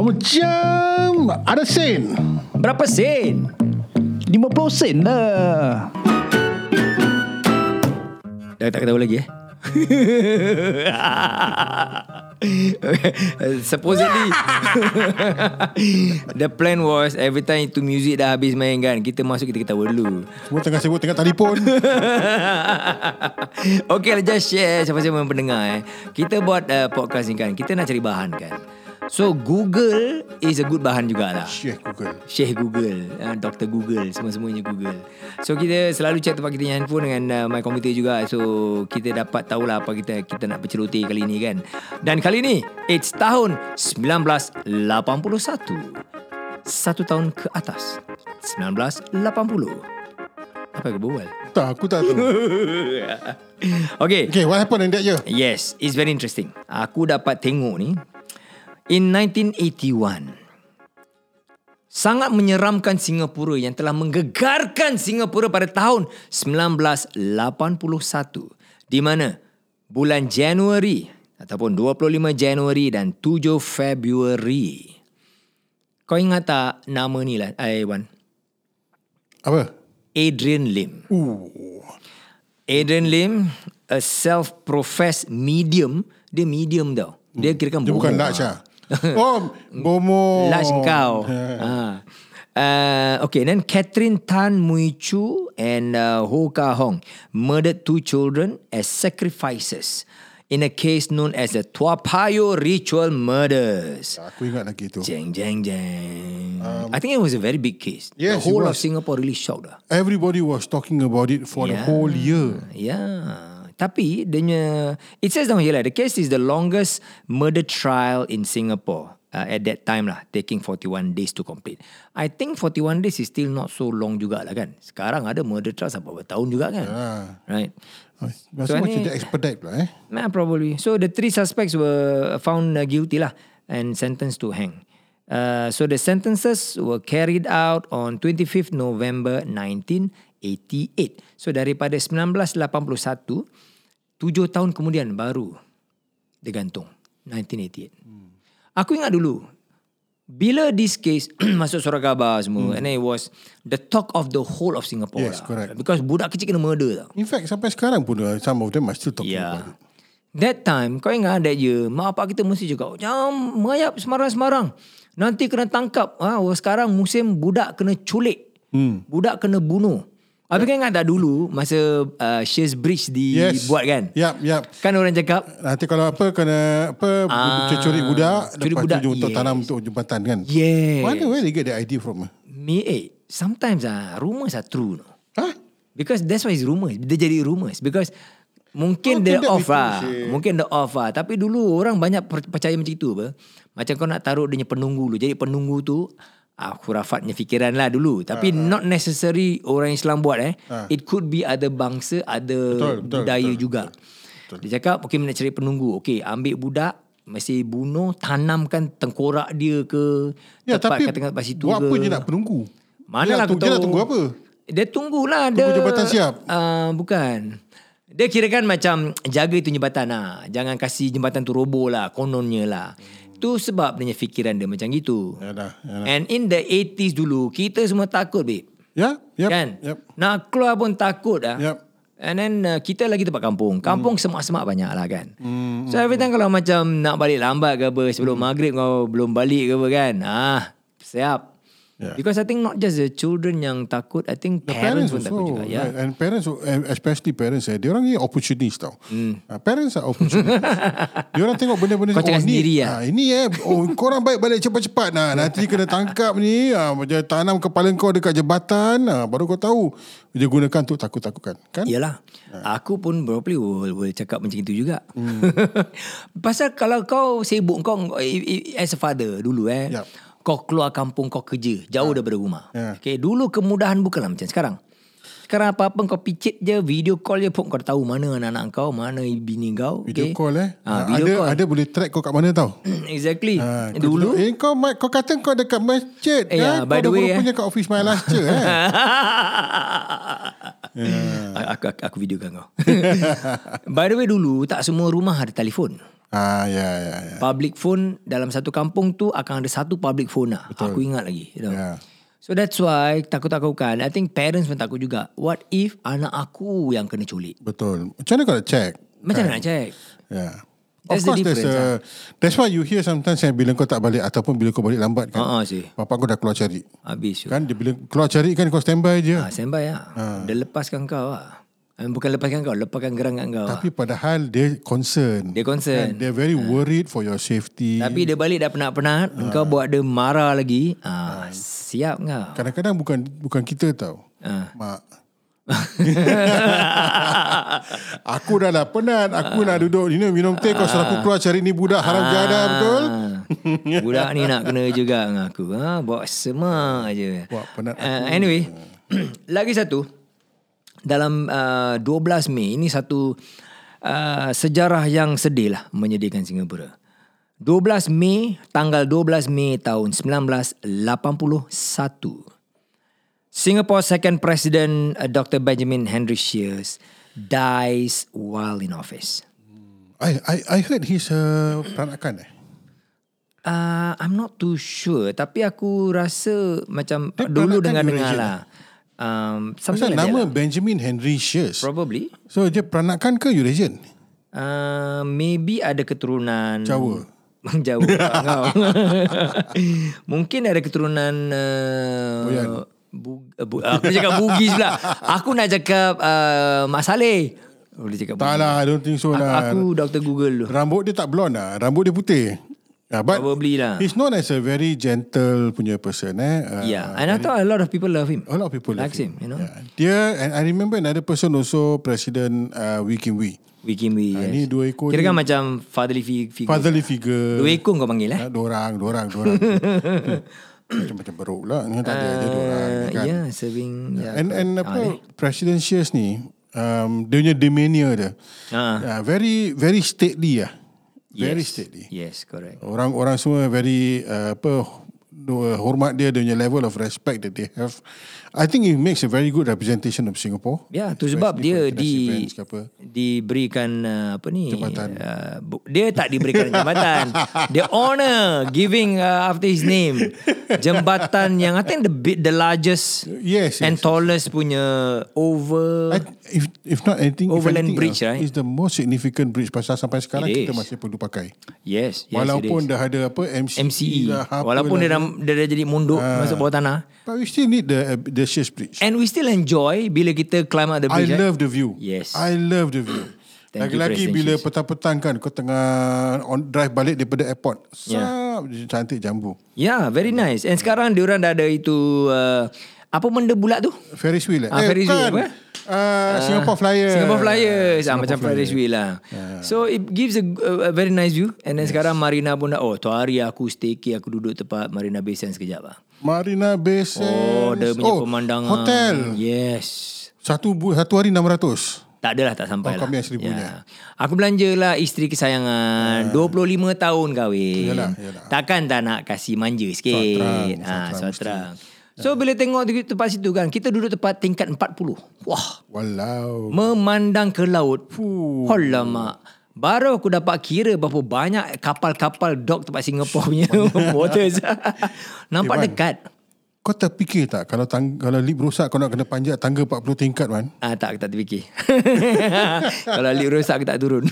Macam ada sen. Berapa sen? 50 sen lah. Dah tak tahu lagi eh. Supposedly The plan was Every time itu music dah habis main kan Kita masuk kita ketawa dulu Semua tengah sibuk tengah telefon. okay lah just share Siapa-siapa yang pendengar eh Kita buat uh, podcast ni kan Kita nak cari bahan kan So Google is a good bahan jugalah Syekh Google. Syekh Google uh, Dr. Google Semua-semuanya Google So kita selalu check tempat kita punya handphone Dengan uh, my computer juga So kita dapat tahulah Apa kita kita nak berceloteh kali ni kan Dan kali ni It's tahun 1981 Satu tahun ke atas 1980 Apa yang aku berbual? Tak, aku tak tahu. okay Okay, what happened in that year? Yes, it's very interesting. Aku dapat tengok ni. In 1981, sangat menyeramkan Singapura yang telah menggegarkan Singapura pada tahun 1981 di mana bulan Januari ataupun 25 Januari dan 7 Februari. Kau ingat tak nama ni lah, eh, Wan? Apa? Adrian Lim. Ooh. Adrian Lim, a self-professed medium. Dia medium tau. Dia kira kan Dia bukan Oh. Laj lah. Oh, Bomo. Laj kau. ha. Uh, okay, then Catherine Tan Mui Chu and uh, Ho Ka Hong murdered two children as sacrifices in a case known as the Tua Payoh Ritual Murders. Aku ingat lagi tu. Jeng, jeng, jeng. I think it was a very big case. Um, Yes, it the whole of was. Singapore really shocked lah. Everybody was talking about it for the whole year. Yeah. Ya. Tapi dia punya it says down here lah the case is the longest murder trial in Singapore. Uh, at that time lah taking 41 days to complete. I think 41 days is still not so long juga lah kan. Sekarang ada murder trial sampai bertahun juga kan. Ah. Right. Ah, Rasa So, macam ni- dia expedite lah eh. Nah, probably. So the three suspects were found uh, guilty lah and sentenced to hang. Uh, so the sentences were carried out on 25th November 1988. So daripada 1981, tujuh tahun kemudian baru digantung. 1988. Hmm. Aku ingat dulu, bila this case masuk surat khabar semua, and then it was the talk of the whole of Singapore Hmm. Yes, lah. correct. Because budak kecil kena murder tau. In fact, sampai sekarang pun uh, some of them are still talking about it. Yeah. That time, kau ingat that year, mak bapak kita mesti cakap, jangan merayap semarang-semarang. Nanti kena tangkap. Ha, oh, sekarang musim budak kena culik. Hmm. Budak kena bunuh. Habis kau ingat tak dulu masa uh, Shears Bridge Yes. dibuat kan? Yap, yap. Kan orang cakap, Nanti kalau apa kena apa ah, curi budak curi lepas budak, tu untuk yes. tanam untuk jambatan kan. yeah. Mana where they get the idea from? uh? Me, eh, sometimes ah, rumours are true. No? Huh? Because that's why it's rumours. Dia jadi rumours. Because How mungkin dia can that be off true, lah. sih? Mungkin dia off lah. Tapi dulu orang banyak per- percaya macam itu apa. Macam kau nak taruh dia punya penunggu dulu. Jadi penunggu tu ah, khurafatnya fikiran lah dulu. Ah, Tapi uh-huh. not necessary orang Islam buat eh. Uh. It could be ada bangsa, ada Betul, betul, betul, budaya betul, betul, juga. Betul, Dia cakap, okay nak cari penunggu. Okay, ambil budak. Mesti bunuh, tanamkan tengkorak dia ke. Ya tapi kat tengah tempat situ buat ke. apa je nak penunggu? Mana Dia lah nak aku tu- Dia tahu. nak tunggu apa? Dia tunggulah. Tunggu dia, jabatan siap? Uh, bukan. Dia kira kan macam jaga itu jembatan lah. Jangan kasih jembatan tu roboh lah. Kononnya lah. Tu sebab dia punya fikiran dia macam gitu. Ya dah. Ya. dah. And in the 80s dulu, kita semua takut, babe. Ya, yep, kan? Yep. Nak keluar pun takut lah. Yep. Hmm. And then uh, kita lagi tempat kampung. Kampung semak-semak banyak lah kan. So every time kalau macam nak balik lambat ke apa, sebelum Hmm. maghrib kau belum balik ke apa kan. Ah, siap. Yeah. Because I think not just the children yang takut, I think The parents, parents, pun also, takut juga. ya. Yeah. right? and parents, especially parents, eh, dia orang ni opportunist tau. Ah, parents are opportunist. dia orang tengok benda-benda Hmm. Kau cakap ni, sendiri lah. ah, ini eh, oh, korang baik balik cepat-cepat nah, nanti kena tangkap ni, ah, macam tanam kepala kau dekat jembatan, ah, baru kau tahu dia gunakan untuk takut-takutkan, kan? Yalah. Aku pun probably will, will cakap macam itu juga. Hmm. Pasal kalau kau sibuk kau eh, eh, as a father dulu eh. Yup. Kau keluar kampung kau kerja jauh daripada rumah. Ya. Okay, dulu kemudahan bukanlah macam sekarang. Sekarang apa-apa kau picit je video call je pun kau dah tahu mana anak-anak kau, mana bini kau. Video okay? call eh. Ha, Ah, ada video call. ada boleh track kau kat mana tau. exactly. Ah, kau dulu duduk, eh, kau Mat, kau kata kau dekat masjid Eh, ya, kan? by kau the way, eh. punya kat office my last year eh. Ya. yeah. aku, aku, aku videokan kau By the way dulu Tak semua rumah ada telefon Ah, ya, ya, ya. Public phone dalam satu kampung tu akan ada satu public phone lah. Betul. Aku ingat lagi. You know. Ya. So that's why takut-takut kan. I think parents pun takut juga. What if anak aku yang kena culik? Betul. Macam mana kau nak check? Kan? Macam mana nak check? Yeah. That's That's the of course, the there's a, difference, ah. that's why you hear sometimes yang bila kau tak balik ataupun bila kau balik lambat kan. Haa uh-uh, sih. Bapak kau dah keluar cari. Habis tu. Kan Ah. dia bila keluar cari kan kau standby je. Ha, standby lah. Ha. Dia lepaskan kau lah. I mean, bukan lepaskan kau. Lepaskan gerangan kau lah. Tapi kan? padahal dia concern. Dia concern. Ah. They're very worried for your safety. Tapi dia balik dah penat-penat. Ah. Ha. Kau buat dia marah lagi. Ha, Siap kau. Kadang-kadang bukan bukan kita tau. Ha. Mak. Aku dah lah penat. Aku Ah. nak duduk ni minum teh. Kau suruh aku keluar cari ni budak haram jadah betul. Ha. Budak ni nak kena juga dengan aku. Ha, buat semak je. Buat penat Uh, anyway, lagi satu. Dalam uh, 12 Mei, ini satu uh, sejarah yang sedih lah menyedihkan Singapura. 12 Mei, tanggal 12 Mei tahun 1981. Singapore's second president, uh, Dr. Benjamin Henry Shears, dies while in office. I I I heard he's a peranakan eh. Uh, I'm not too sure Tapi aku rasa Macam peranakan dulu dengar-dengar Eurasian lah um, Pasal Something like nama that lah. Benjamin Henry Shears. Probably So dia peranakan ke Eurasian? uh, Maybe ada keturunan Jawa. Jawa kau. Mungkin ada keturunan uh, bu, uh, bu, Aku cakap Bugis pula Aku nak cakap uh, Mak Saleh Boleh cakap Tak Bugis. lah, I don't think so lah. Aku Dr. Google tu Rambut dia tak blonde lah. Rambut dia putih. Ah, but Probably lah he's known as a very gentle punya person eh. Ah, Yeah And I thought a lot of people love him A lot of people Likes him, you know Yeah. Dia and I remember another person also President uh, Wee Kim Wee. We Kim Wee Ah, yes. ni dua ekor Kira kan macam fatherly fi- figure Fatherly figure. Dua ekor kau panggil Ah, eh Dua orang, dua orang, dua orang. Hmm. Macam-macam beruk lah. Ni Tak ada je dua orang. uh, Kan? Ya serving ya. And and apa President Shears ni um, dia punya demeanour dia. Ah. Uh, very very stately lah. Very stately. Yes correct Orang-orang semua very uh, apa dia hormat dia dia punya level of respect that they have. I think it makes a very good representation of Singapore. Ya tu sebab dia for di international events ke apa. diberikan uh, apa ni Jabatan. Uh, bu- dia tak diberikan jabatan the honor giving uh, after his name jembatan yang I think the bi- the largest Yes, yes, and yes. tallest punya over I, if if not anything if Overland anything Bridge, else, right? It's the most significant bridge pasal sampai sekarang It kita is. masih perlu pakai. yes, yes Walaupun it is. dah ada apa MCE, MCE lah, apa walaupun lah. Ah. dia dah, dia dah jadi munduk masuk bawah tanah But we still need the the Shears Bridge. and we still enjoy bila kita climb up the I bridge eh? right? love the view. Yes. I love the view. Thank you, Lagi-lagi President bila Shiz. petang-petang kan kau tengah on drive balik daripada airport. Ya. Sap, yeah. cantik jambu. Yeah, Ya, very nice. And sekarang diorang dah ada itu uh, apa benda bulat tu? Ferris wheel eh? Ah, eh, Ferris wheel bukan. apa? Ah, Uh, Singapore Flyer. Singapore Flyers. Ah, macam Ferris wheel lah. So it gives a, a, a very nice view. And then yes. sekarang Marina pun dah, oh tu hari aku staycay, aku duduk tempat Marina Bay Sands sekejap lah. Marina Bay Sands. Oh, dia punya pemandangan. Hotel. Yes. Satu, bu- satu hari 600. Tak adalah tak Oh, sampai lah. kau punya seribu ni. Aku belanja lah isteri kesayangan. 25 tahun kahwin. Yalah, yalah. Takkan tak nak kasih manja sikit. Suaterang, ha, suaterang suaterang. Ya. So bila tengok di tempat situ kan, kita duduk tempat tingkat 40. Wah, Walau. memandang ke laut. Alamak. Baru aku dapat kira berapa banyak kapal-kapal dok tempat Singapore punya waters. Nampak dekat. Kau terfikir tak kalau tang- kalau lift rosak kau nak kena panjat tangga 40 tingkat man? Ah tak aku tak terfikir. Kalau lift rosak aku tak turun.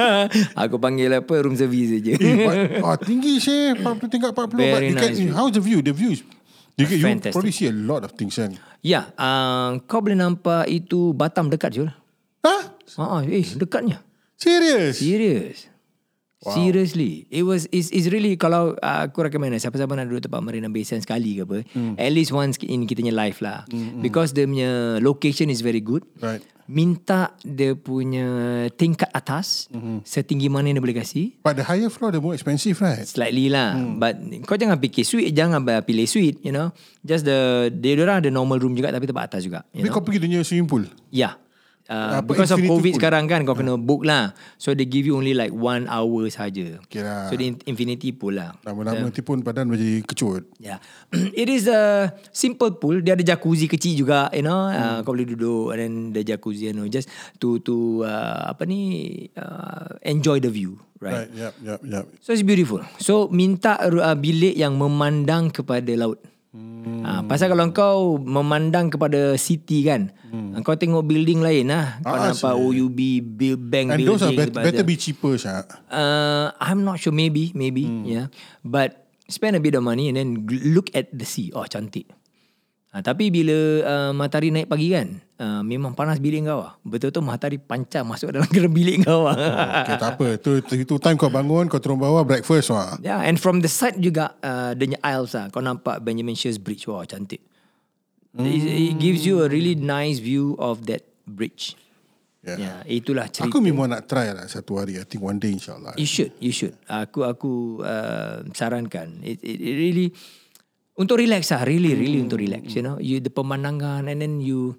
aku panggil apa room service je. Eh, but, oh, tinggi sih 40 tingkat 40 but Very you can, nice view. How's the view? The view is You, can, you Fantastic. probably see a lot of things kan ya, uh, kau boleh nampak itu Batam dekat Jul. Huh? Ha ah, eh dekatnya. Serious? Serious. Wow. Seriously. It was is is really kalau uh, aku recommend lah, siapa-siapa nak duduk tempat Marina Bay Sands sekali ke apa, mm. at least once in kita punya life lah. Mm, Because dia punya location is very good. Right. Minta dia punya tingkat atas mm-hmm. setinggi mana yang dia boleh kasih. But the higher floor the more expensive right? Slightly lah hmm. But kau jangan fikir suite Jangan ba- pilih suite You know Just the Dia orang ada normal room juga Tapi tempat atas juga You Tapi know kau pergi dunia swimming pool Yeah Uh, Apa because of infinity Ah. COVID pool? sekarang kan kau kena book lah. So they give you only like one hour saja. Okay lah. So the in- infinity pool lah. Lama-lama nanti pun badan menjadi kecut. Yeah. It is a simple pool. Dia ada jacuzzi kecil juga, you know. Hmm. Uh, kau boleh duduk and then the jacuzzi, you know, just to to uh, apa ni uh, enjoy the view, right? right? Right, yep, yep, yep. So it's beautiful. So minta uh, bilik yang memandang kepada laut. Hmm. Ha, pasal kalau kau memandang kepada city kan, hmm. kau tengok building lain lah. Kau Ah, nampak OUB, build bank And building. those are bet- lepas better tu. be cheaper, Syak. Uh, I'm not sure. Maybe, maybe, Hmm. yeah. But spend a bit of money and then gl- look at the sea. Oh, cantik. Ha, tapi bila uh, matahari naik pagi kan, uh, memang panas bilik kau lah. Betul-betul matahari pancar masuk dalam dalam bilik kau lah. Okay, tak apa. Tu, tu, tu time kau bangun, kau turun bawah, breakfast lah. Yeah, Ya, and from the side juga uh, dia punya Isles lah. Kau nampak Benjamin Shears Bridge. Wow, cantik. It, it gives you a really nice view of that bridge. Yeah. Yeah, itulah cerita. Aku memang nak try lah satu hari. I think one day insyaAllah. You should, you should. Aku aku uh, sarankan. It, it, it really untuk relax lah, really Hmm. really untuk relax, you know. You the pemandangan and then you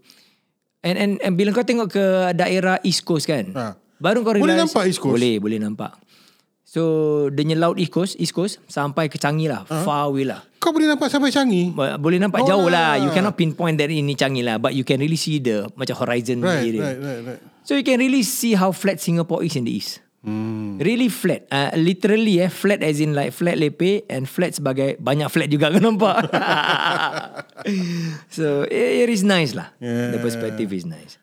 and and, and bila kau tengok ke daerah East Coast kan. Ha. Baru kau Boleh realise nampak East Coast? Boleh, boleh nampak. So, dia punya laut East Coast, East Coast sampai ke Changi lah, far away lah. Kau boleh nampak sampai Changi? Bo- Boleh Ha. nampak Oh jauh lah. lah. You cannot pinpoint that ini Changi lah, but you can really see the macam horizon Right, area. right, right, right. So you can really see how flat Singapore is in the east. Hmm. Really flat. Uh, literally eh, flat as in like flat lepe and flat sebagai banyak flat juga kau nampak. so it, it is nice lah. Yeah. Oh. The perspective is nice.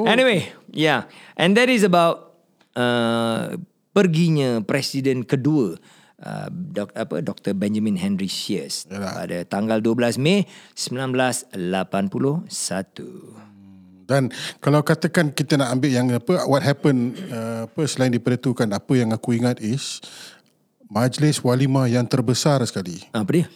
Anyway, yeah. And that is about uh, perginya presiden kedua uh, dok, apa, Dr. Benjamin Henry Shears Yalah. pada tanggal 12 Mei 1981. Dan kalau katakan kita nak ambil yang apa what happened uh, apa selain daripada tu kan apa yang aku ingat is majlis walimah yang terbesar sekali. Ah, Apa dia?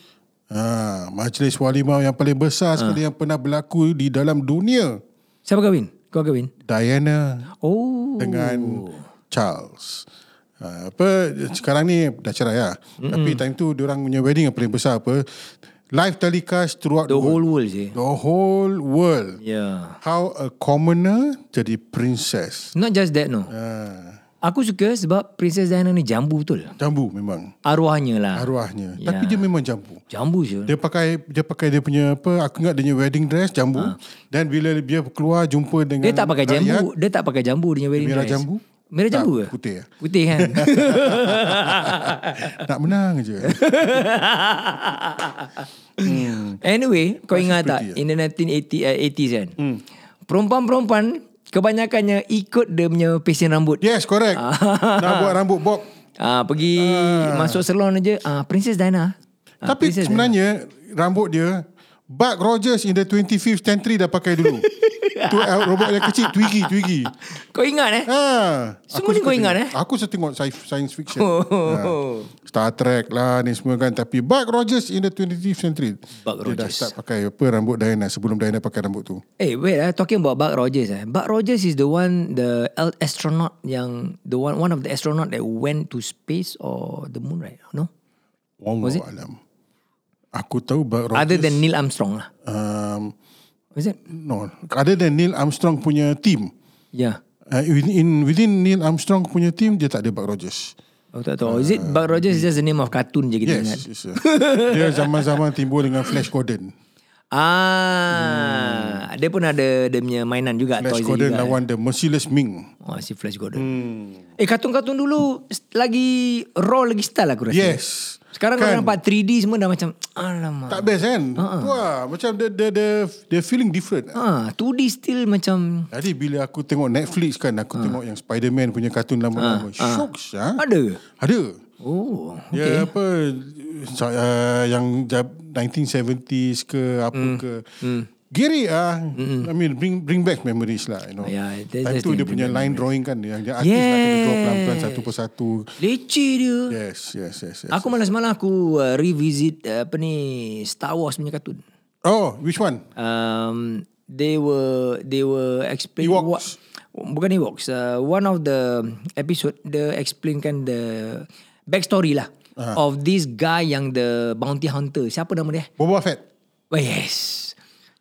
Ha, majlis walimah yang paling Ha. besar sekali yang pernah berlaku di dalam dunia. Siapa kahwin? Kau kahwin? Diana Oh. dengan Charles. Ha, apa sekarang ni dah cerai lah. Mm-mm. Tapi time tu diorang punya wedding yang paling besar apa live telecast throughout The whole world je. the whole world. Yeah. How a commoner jadi princess. Not just that no. Ha, Aku suka sebab Princess Diana ni jambu betul. jambu memang Arwahnya lah. arwahnya. Ya. Tapi dia memang jambu. Jambu je. Dia pakai dia pakai dia punya apa aku ingat dia punya wedding dress jambu dan bila dia keluar jumpa dengan Ah. Dia tak pakai rakyat, jambu. Dia tak pakai jambu dia punya Ah, wedding ya? Merah dress. jambu? Merah Tak, jambu ke? putih ya. Putih kan? nak menang je. Hmm. anyway, kau ingat tak pretty, ya? Hmm. in the 1980s uh, 80s kan? Perempuan-perempuan kebanyakannya ikut dia punya pesen rambut. Yes, correct. nak buat rambut bob. Ah pergi masuk salon aja. Ah Princess Diana. Ah, Tapi Princess sebenarnya rambut dia Buck Rogers in the 25th century dah pakai dulu. tu uh, robot yang kecil Twiggy, Twiggy. Kau ingat eh? Ha, Semua eh? ni suka kau ingat, tengok- Aku suka tengok sci- science fiction. Oh. Ha. Star Trek lah ni semua kan. Tapi Buck Rogers in the 25th century. Buck dia dah Rogers. start pakai apa rambut Diana sebelum Diana pakai rambut tu. Eh, wait, I talking about Buck Rogers. Eh. Buck Rogers is the one, the el- astronaut yang the one, one of the astronaut that went to space or the moon, right? No, Wallahu alam. Aku tahu Buck Rogers. other than Neil Armstrong lah. um, Is it? no, other than Neil Armstrong punya team. Yeah, Uh, within, within Neil Armstrong punya team dia tak ada Buck Rogers. aku tak tahu. Is it Buck Rogers is just the name of cartoon je kita Ah, ingat. Yes, yes. yes. dia zaman-zaman timbul dengan Flash Gordon. Ah, dia pun ada dia punya mainan juga. Flash toys dia Gordon lah, Hmm. juga. eh. lawan the Merciless Ming. Oh, si Flash Gordon. Eh, kartun-kartun dulu s- lagi raw lagi style aku rasa. Yes. Sekarang kan. kalau nampak 3D semua dah macam, alamak. Tak best kan? Uh-uh. Wah, macam the the the the feeling different. Ah, 2D still macam Jadi bila aku tengok Netflix kan, aku Ha. tengok yang Spider-Man punya kartun lama-lama. Syok sah. ada ke? Ada. Oh, okay. Ya apa so, uh, yang jab- 1970s ke apa mm. Hmm. ke. Mm. Gary ah, I mean bring bring back memories lah, you know. Yeah, that's- Time Ya, that's tu dia the punya line drawing kan, yang dia artis nak kena draw Yes. pelan-pelan satu persatu. Leceh dia. Yes, yes, yes, yes. Aku malas malam aku uh, revisit uh, apa ni Star Wars punya kartun. Oh, which one? Um, they were they were explain Ewoks. what bukan Ewoks. Uh, one of the episode they explainkan the backstory lah uh-huh. of this guy yang the bounty hunter. Siapa nama dia? Boba Fett. Oh, eh, Well, yes.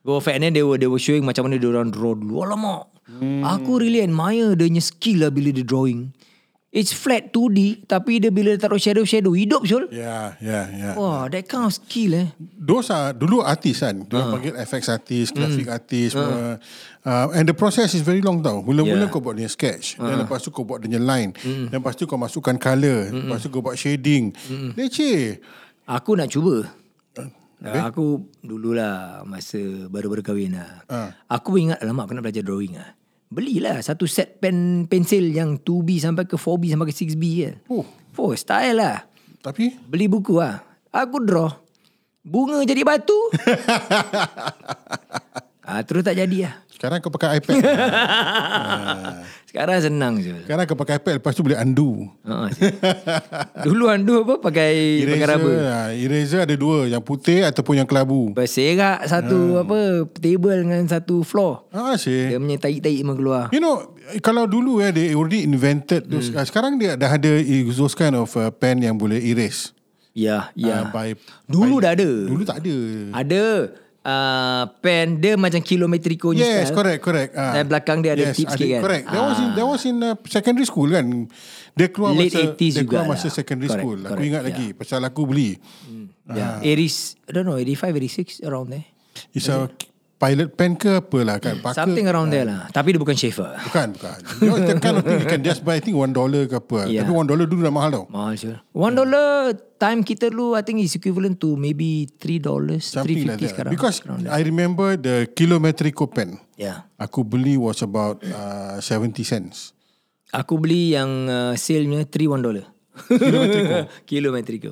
Go Fat and then they were, they were showing macam mana dia orang draw dulu. Alamak. Hmm. Aku really admire dia punya skill lah bila dia drawing. It's flat 2D tapi dia bila dia taruh shadow-shadow hidup Syul. Yeah, yeah, yeah. Wah, that kind of skill eh. Those are dulu artis kan. Ah. Dia uh. panggil FX artis, Hmm. graphic mm. artis. Uh. Uh, and the process is very long tau. Mula-mula Yeah. Ah. Hmm. yeah. kau buat dia sketch. Uh. Dan lepas tu kau buat dia punya line. Mm. Dan lepas tu kau masukkan colour. Mm. Lepas tu kau buat shading. Mm. Leceh. Aku nak cuba. Eh? Okay. Aku dululah masa baru-baru kahwin lah. Ah. Aku ingat lama aku nak belajar drawing lah. Belilah satu set pen pensil yang 2B sampai ke 4B sampai ke 6B kan. Oh. Oh, style lah. Tapi Beli buku lah. Aku draw. Bunga jadi batu. ah, terus tak jadi lah. sekarang kau pakai iPad. Sekarang senang je. sekarang kau pakai iPad lepas tu boleh undo. Ha, Dulu andu apa pakai perkara apa? ah, eraser ada dua. Yang putih ataupun yang kelabu. Berserak satu apa table dengan satu floor. Ah, asyik. Dia punya tahi-tahi memang keluar. You know, kalau dulu eh, they already invented those. Hmm. Uh, sekarang dia dah ada eh, those kind of uh, pen yang boleh erase. Ya, ya. Uh, by, Dulu dah ada. dulu tak ada. Ada uh, pen dia macam kilometriko ni Yes, style. correct, correct. Ah. Dan belakang dia ada yes, tip sikit kan? Correct. That was in, that was in uh, secondary school kan. Dia keluar Late masa, 80s dia keluar jugalah. masa secondary Correct, school. Aku correct, ya. ingat yeah. lagi pasal aku beli. Hmm. Yeah. Aries, Ya, I don't know, 85, 86 around there. It's a pilot pen ke apalah kan. Pakai, Hmm. Something around there lah. Tapi dia bukan Schaefer. Bukan, bukan. You know, the kind of thing you can just buy, I think one dollar ke apa. Yeah. Tapi one dollar dulu dah mahal tau. Mahal sure. One dollar time kita dulu I think is equivalent to maybe three dollars, three Something like fifty that. sekarang. Because around there. I remember the kilometrico pen. yeah. Aku beli was about uh, 70 cents. Aku beli yang uh, sale punya three one dollar. Kilometriko. kilometriko.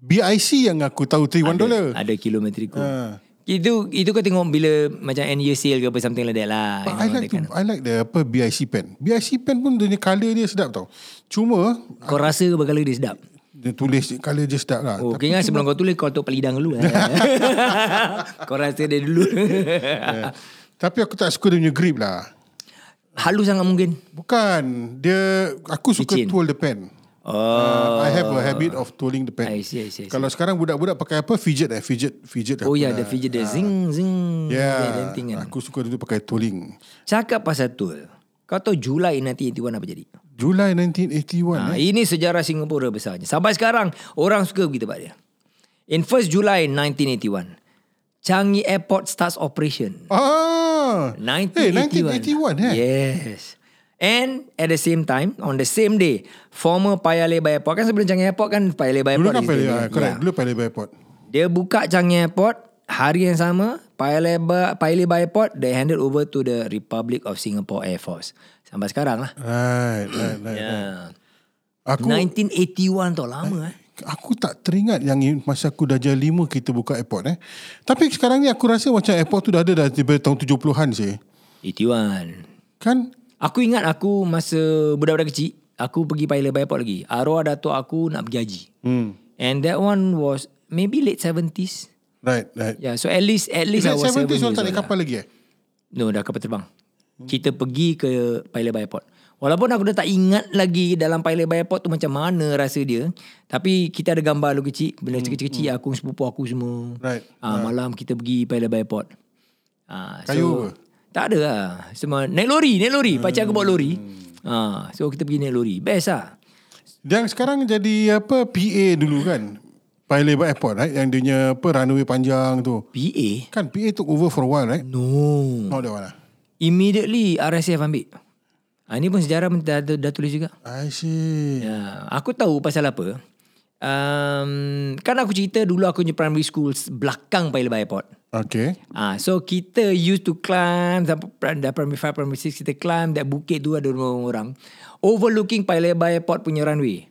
BIC yang aku tahu 3 one dollar. Ada kilometriko. Ah. Itu itu kau tengok bila macam end year sale ke apa something like that lah. But I like to, I like the apa BIC pen. BIC pen pun dia punya colour dia sedap tau. Cuma Kau rasa ke bakal dia sedap? dia tulis colour dia sedap lah. Oh, okay kan sebelum kau tulis kau tutup pelidang dulu. eh. kau rasa dia dulu. Tapi aku tak suka dia punya grip lah. Halus sangat mungkin. Bukan, dia aku suka Licin. twirl the pen. Oh, Uh, I have a habit of twirling the pen. I see, I see, I see. Kalau sekarang budak-budak pakai apa fidget eh fidget fidget oh aku ya, lah. dia fidget dia zing zing. Dia ada Yeah, thing kan. aku suka dulu pakai twirling. Cakap pasal tool. Kau tahu Julai 1981 apa jadi? Julai 1981. Ha, ini sejarah Singapura besarnya. Sampai sekarang, orang suka pergi tempat dia. In 1st Julai 1981, Changi Airport starts operation. Ah. Eh, 1981 1981. eh. Yes. And at the same time, on the same day, former Paya Lebar Airport, kan sebelum Changi Airport kan Paya Lebar Dulu Airport. kan is Paya there, Lebar, kan? correct. Yeah. Dulu Paya Lebar Airport. Dia buka Changi Airport hari yang sama, Paya Lebar, Paya Lebar Airport, they handed over to the Republic of Singapore Air Force. Sampai sekarang lah. Right, right, right. right. Yeah. Aku 1981 tau lama eh. aku tak teringat yang in- masa aku dah jadi lima kita buka airport eh. Tapi sekarang ni aku rasa macam airport tu dah ada dah daripada tahun 70-an sih. 81. Kan? Aku ingat aku masa budak-budak kecil, aku pergi Paya Lebar Airport lagi. Arwah datuk aku nak pergi haji. Hmm. And that one was maybe late 70s. Right, right. Yeah, so at least at least Is I it was 70s 70 years orang old. tak naik lah. kapal lagi eh? No, dah kapal terbang. Kita pergi ke Paya Lebar Airport. Walaupun aku dah tak ingat lagi dalam Paya Lebar Airport tu macam mana rasa dia. Tapi kita ada gambar dulu kecil. Bila kecil-kecil aku, sepupu aku semua. Hmm, Right. Ah, Malam kita pergi Paya Lebar Airport. Ah, Kayu Hmm. apa? so, Tak ada lah. Semua, naik lori, naik lori. Pakcik aku bawa lori. Ah, so kita pergi naik lori. Best lah. Yang sekarang jadi apa PA dulu kan? Paya Lebar Airport right? Yang dia punya apa runway panjang tu. PA? Kan PA took over for a while right? No. Not that one lah. Immediately RSF ambil. Ah, ini pun sejarah pun dah, dah, dah tulis juga. I see. Ya, aku tahu pasal apa. Um, kan aku cerita dulu aku punya primary school s- belakang Paya Lebar Airport. Okay. Ah, so kita used to climb sampai pra- dah primary 5, primary 6 kita climb that bukit tu ada rumah orang overlooking Paya Lebar Airport punya runway.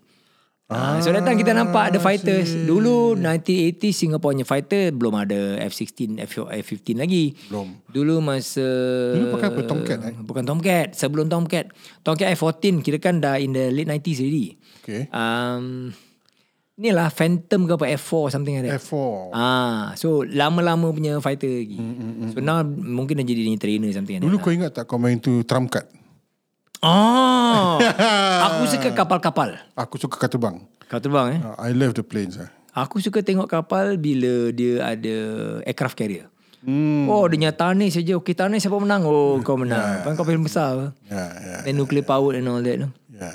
Ah, so datang kita nampak Ah, ada fighters. Dulu 1980 Singapore punya fighter belum ada F-16, F- F-15 lagi. Belum. Dulu masa... Dulu pakai apa? Tomcat, eh? Bukan Tomcat. Sebelum Tomcat. Tomcat F-14 kita kan dah in the late 90s already. Okay. Um, ni lah Phantom ke apa F4 something like that. F4. Ah, so lama-lama punya fighter lagi. Mm, mm, mm, so now mungkin dah jadi ni trainer something like that. Dulu kau ingat tak kau main tu trump card? Oh. aku suka kapal-kapal. Aku suka kat terbang. Kau terbang eh? Uh, I love the planes. ah. Aku suka tengok kapal bila dia ada aircraft carrier. Hmm. Oh, dia punya tarnish saja. Okey, tarnish siapa menang? Oh, kau menang. Yeah. Kau film besar apa? Ya, ya, Then nuclear power and all that. No? ya.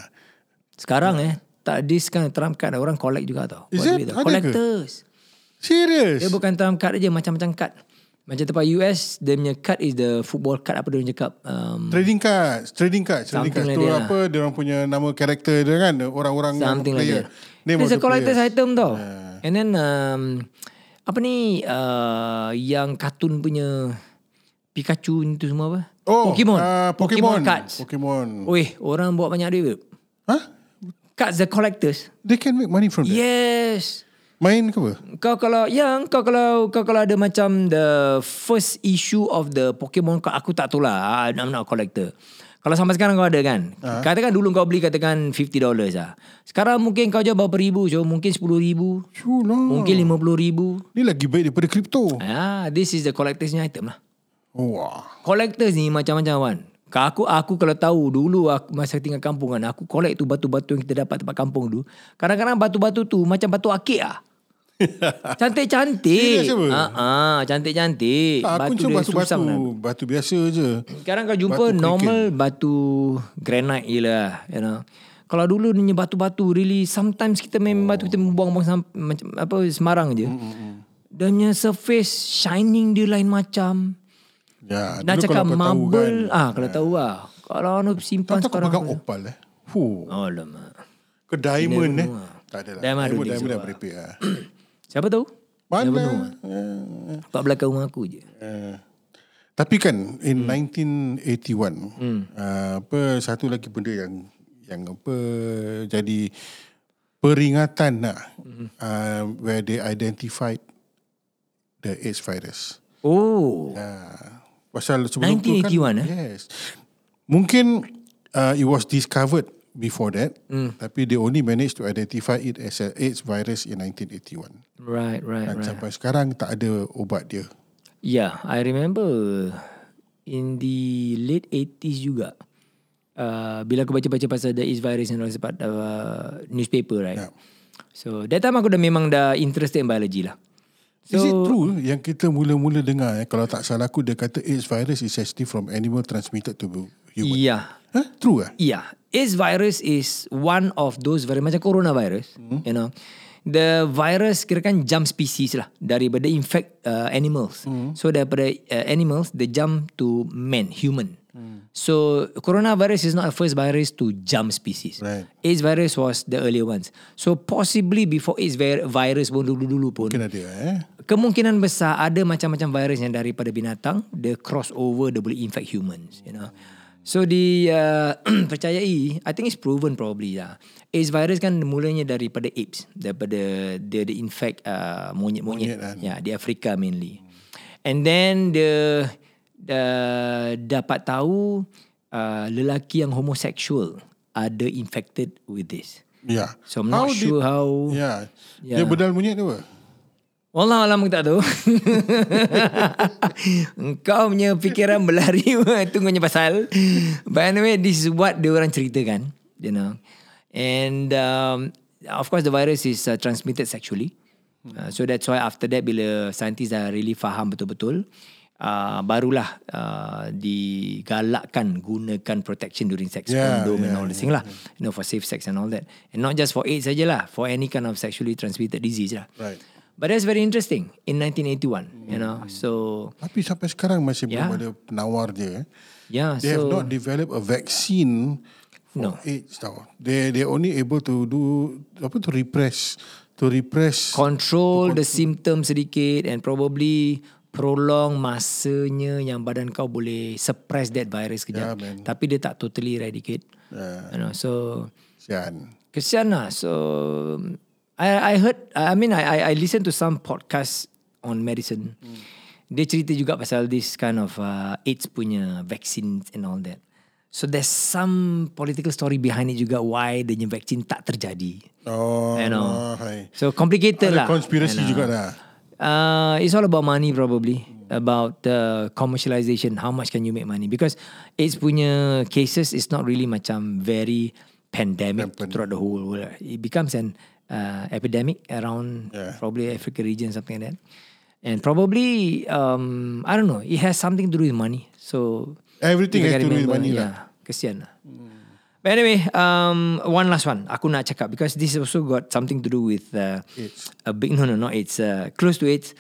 Sekarang eh, tak this kind of trump card orang collect juga tau. Is Buat it? duit tau. Ada ke? Collectors. Serius? Dia bukan trump card aja, macam-macam card. Macam tempat US, dia punya card is the football card apa dia orang cakap. Um, Trading cards, trading cards, trading Something cards like tu that apa dia orang punya nama karakter dia kan orang-orang Something like player. that. Name of It's a the player. collector's item tau. And then um, apa ni uh, yang kartun punya Pikachu itu semua apa? Oh, Pokemon. Uh, Pokemon. Pokemon cards. Oh. Pokemon. Weh, orang buat banyak duit. Huh? Cards the collectors. They can make money from that. Yes. Main ke apa? Kau kalau yang kau kalau kau kalau ada macam the first issue of the Pokemon kau aku tak tahu lah. I'm not a collector. Kalau sampai sekarang kau ada kan? Uh-huh. Katakan dulu kau beli katakan $50 lah. Sekarang mungkin kau jual berapa ribu? So mungkin 10 ribu. Sure lah. Mungkin 50 ribu. Ni lagi baik daripada kripto. Ah, this is the collector's punya item lah. Oh, wah. Collectors ni macam-macam kan. Ka- Aku aku kalau tahu dulu aku, masa tinggal kampung kan aku collect tu batu-batu yang kita dapat tempat kampung tu. Kadang-kadang batu-batu tu macam batu akik ah. Cantik-cantik. Serius apa? Ha ah, cantik-cantik. Tak, aku cuma dia batu-batu. susang lah. Batu biasa je. Sekarang kau jumpa batu normal batu granite je lah. You know. Kalau dulu ni batu-batu really sometimes kita main oh. batu kita buang-buang sam- macam apa Semarang je. Mm, Mm-hmm. Dia punya surface shining dia lain macam. Ya, Nak dulu cakap kalau kau tahu kan. marble. ah, kalau tahu lah. Kalau anu simpan Tak tahu kau sekarang. pegang opal eh. Huh. Alamak. Ke diamond eh. Tak ada lah. Diamond, I don't Diamond, think diamond so dah merepek lah. Siapa tahu? Mana? Pak belakang rumah aku je. Eh, tapi kan in Hmm. 1981 uh, apa satu lagi benda yang yang apa jadi peringatan lah Hmm. uh, where they identified the AIDS virus. Oh. Uh, pasal sebelum tu kan 1981, eh? yes. Mungkin uh, it was discovered before that Hmm. tapi they only managed to identify it as a AIDS virus in 1981 Right, right, dan right. sampai sekarang tak ada ubat dia. Yeah, I remember in the late 80s juga. Uh, bila aku baca-baca pasal the AIDS virus and all that uh, newspaper right. Yeah. So that time aku dah memang dah interested in biology lah. So, is it true yang kita mula-mula dengar eh, kalau tak salah aku dia kata AIDS virus is actually from animal transmitted to bu- human. Yeah. Huh? True ah? Yeah, AIDS virus is one of those virus macam coronavirus, mm-hmm. you know. The virus kirakan jump species lah daripada infect uh, animals. Mm-hmm. So daripada uh, animals they jump to man, human. Mm. So coronavirus is not the first virus to jump species. Right. AIDS virus was the earlier ones. So possibly before AIDS vir- virus pun dulu-dulu pun Mungkin ada eh. kemungkinan besar ada macam-macam virus yang daripada binatang dia cross over dia boleh infect humans you know so di uh, percayai I think it's proven probably lah AIDS virus kan mulanya daripada apes daripada dia dia infect uh, Monyet monyet-monyet kan. ya yeah, di Afrika mainly and then dia uh, dapat tahu uh, lelaki yang homoseksual ada infected with this Yeah. so I'm not Ya. sure did, how Yeah. Yeah. Dia bedal monyet tu apa? Wallah alam aku tak tahu. Engkau punya fikiran berlari tu kau punya pasal. But anyway, this is what dia orang ceritakan. You know. And um, of course the virus is uh, transmitted sexually. Uh, so that's why after that bila saintis dah really faham betul-betul uh, barulah uh, digalakkan gunakan protection during sex Yeah, condom and yeah, all this thing lah. You know for safe sex and all that. And not just for AIDS sajalah, for any kind of sexually transmitted disease lah. Right. But that's very interesting in 1981, you know. So Tapi sampai sekarang masih yeah. Yeah. belum ada penawar dia. eh. yeah, They so, have so not developed a vaccine for No. AIDS tau. They they only able to do apa to repress to repress control the symptom sedikit and probably prolong masanya yang badan kau boleh suppress that virus Yeah, Ya, kejap. man. Ya. Tapi dia tak totally eradicate. Yeah. You know, so Sian. kesian lah. So um, I I heard I mean I I, I listen to some podcast on medicine. Mm. Dia cerita juga pasal this kind of uh, AIDS punya vaccines and all that. So there's some political story behind it juga why the new vaccine tak terjadi. Oh. I know. Hai. So complicated Ada lah. konspirasi And, uh, jugalah. Uh, it's all about money probably about uh, commercialization. How much can you make money? Because AIDS punya cases is not really macam very pandemic throughout the whole world. It becomes an uh, epidemic around Yeah. probably Africa region something like that. And probably, um, I don't know, it has something to do with money. So Everything you has to gotta do with remember, money lah. yeah, Kesian lah. But anyway, um, one last one. Aku nak cakap because this also got something to do with uh, AIDS. a big no no no. It's uh, close to AIDS.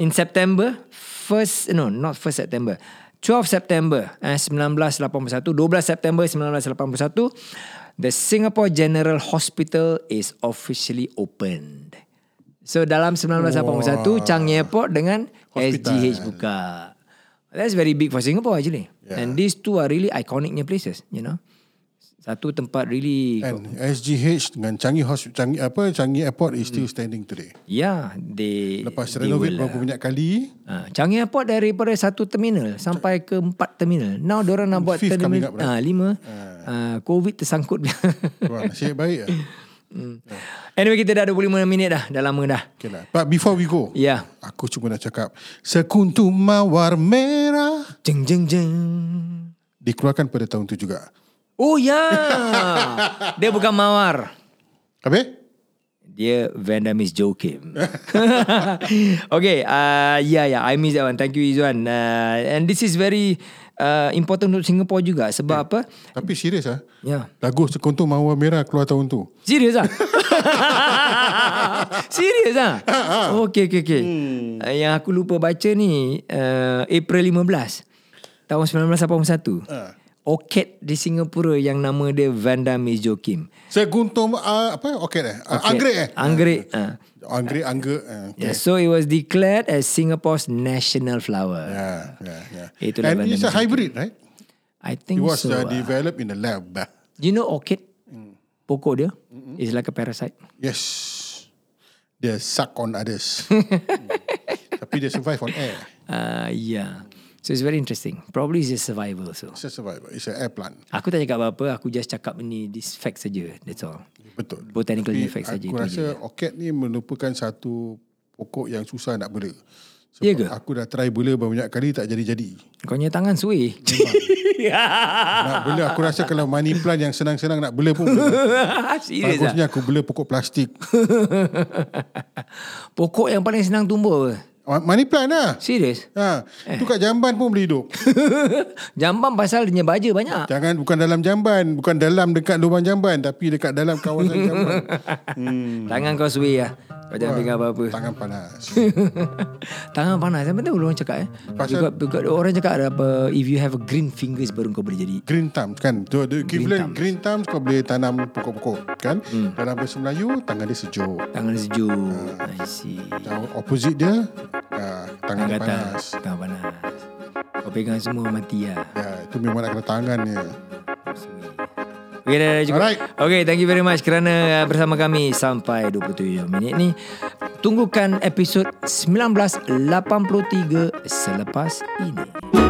In September, first no not first September. 12 September eh, 1981 12 September 1981 The Singapore General Hospital is officially opened So dalam 1981 Changi Airport dengan Hospital. SGH buka That's very big for Singapore actually Yeah. And these two are really iconicnya places You know Satu tempat really And SGH dengan Changi Hospital, Changi apa Changi Airport is still standing today. Yeah ya, they Lepas they renovate Hmm. will, lah. berapa banyak kali, Ah, Changi Airport daripada satu terminal sampai ke empat terminal. Now diorang nak buat Fifth coming terminal up, ah, lima. Ah, COVID tersangkut. wah nasib baik lah. anyway kita dah 25 minit dah. Dah lama dah. Okay lah. But before we go, Ya. Yeah. aku cuma nak cakap, Sekuntum Mawar Merah Jeng jeng jeng. dikeluarkan pada tahun tu juga. Oh ya. Yeah. Dia bukan mawar. Habis? Dia Vanda Miss Joakim. okay, uh, yeah, yeah, I miss that one. Thank you, Izwan. Uh, and this is very uh, important untuk Singapore juga. Sebab apa? Tapi serius ah. Ya. Lagu Sekuntum Mawar Merah keluar tahun tu. Serius ah? Serius ah? Ha, Okay, okay, okay. Hmm. Uh, Yang aku lupa baca ni, uh, April 15, tahun 1981. Ah. Orchid di Singapura yang nama dia Vanda Miss Joaquim. Sekuntum uh, apa? Okey eh. Uh, anggrek eh. Anggrek. ah. Anggrek anggrek. Uh. Yeah, so it was declared as Singapore's national flower. Yeah, yeah, yeah. Itulah Ya, And it's a hybrid, right? I It think was so. uh, ah. developed in the Mm. lab. you know orchid? Pokok dia is like a parasite. Yes. They suck on others. Hmm. Tapi they survive on air. Uh, yeah. So it's very interesting. Probably it's a survival also. It's a survival. It's an air plant. Aku tak cakap apa-apa. Aku just cakap ni this fact saja. That's all. Betul. Botanical Tapi effects saja. Aku itu rasa je. orchid ni merupakan satu pokok yang susah nak bela. Sebab Ya ke? aku dah try bela banyak kali tak jadi-jadi. Kau punya tangan sui. Ah. Nak bela aku rasa kalau money plant yang senang-senang nak bela pun boleh. Serius lah. Bagusnya aku bela pokok plastik. Pokok yang paling senang tumbuh. apa? Ma- Money plant lah. Serius? Ha, Eh. tu kat jamban pun boleh hidup. Jamban pasal dia punya baja banyak. Jangan bukan dalam jamban, bukan dalam dekat lubang jamban tapi dekat dalam kawasan jamban. Hmm. Tangan kau sui lah. Kau jangan pegang apa-apa. Tangan panas. Tangan panas. Yang penting orang cakap eh. Pasal juga, juga, orang cakap ada apa, if you have a green fingers baru kau boleh jadi. Green thumbs kan so, the equivalent green thumbs. kau boleh tanam pokok-pokok kan dalam bahasa Melayu tangan dia sejuk Tangan dia sejuk. I see. dan opposite dia ah, Hmm. tangan Tangan dia atas. panas Tangan panas. Kau pegang semua mati lah. ya itu memang nak kena tangan ni Okay, dah, dah cukup. Alright. Okay, thank you very much kerana uh, bersama kami sampai 27 minit ni. Tunggukan episod 1983 selepas ini.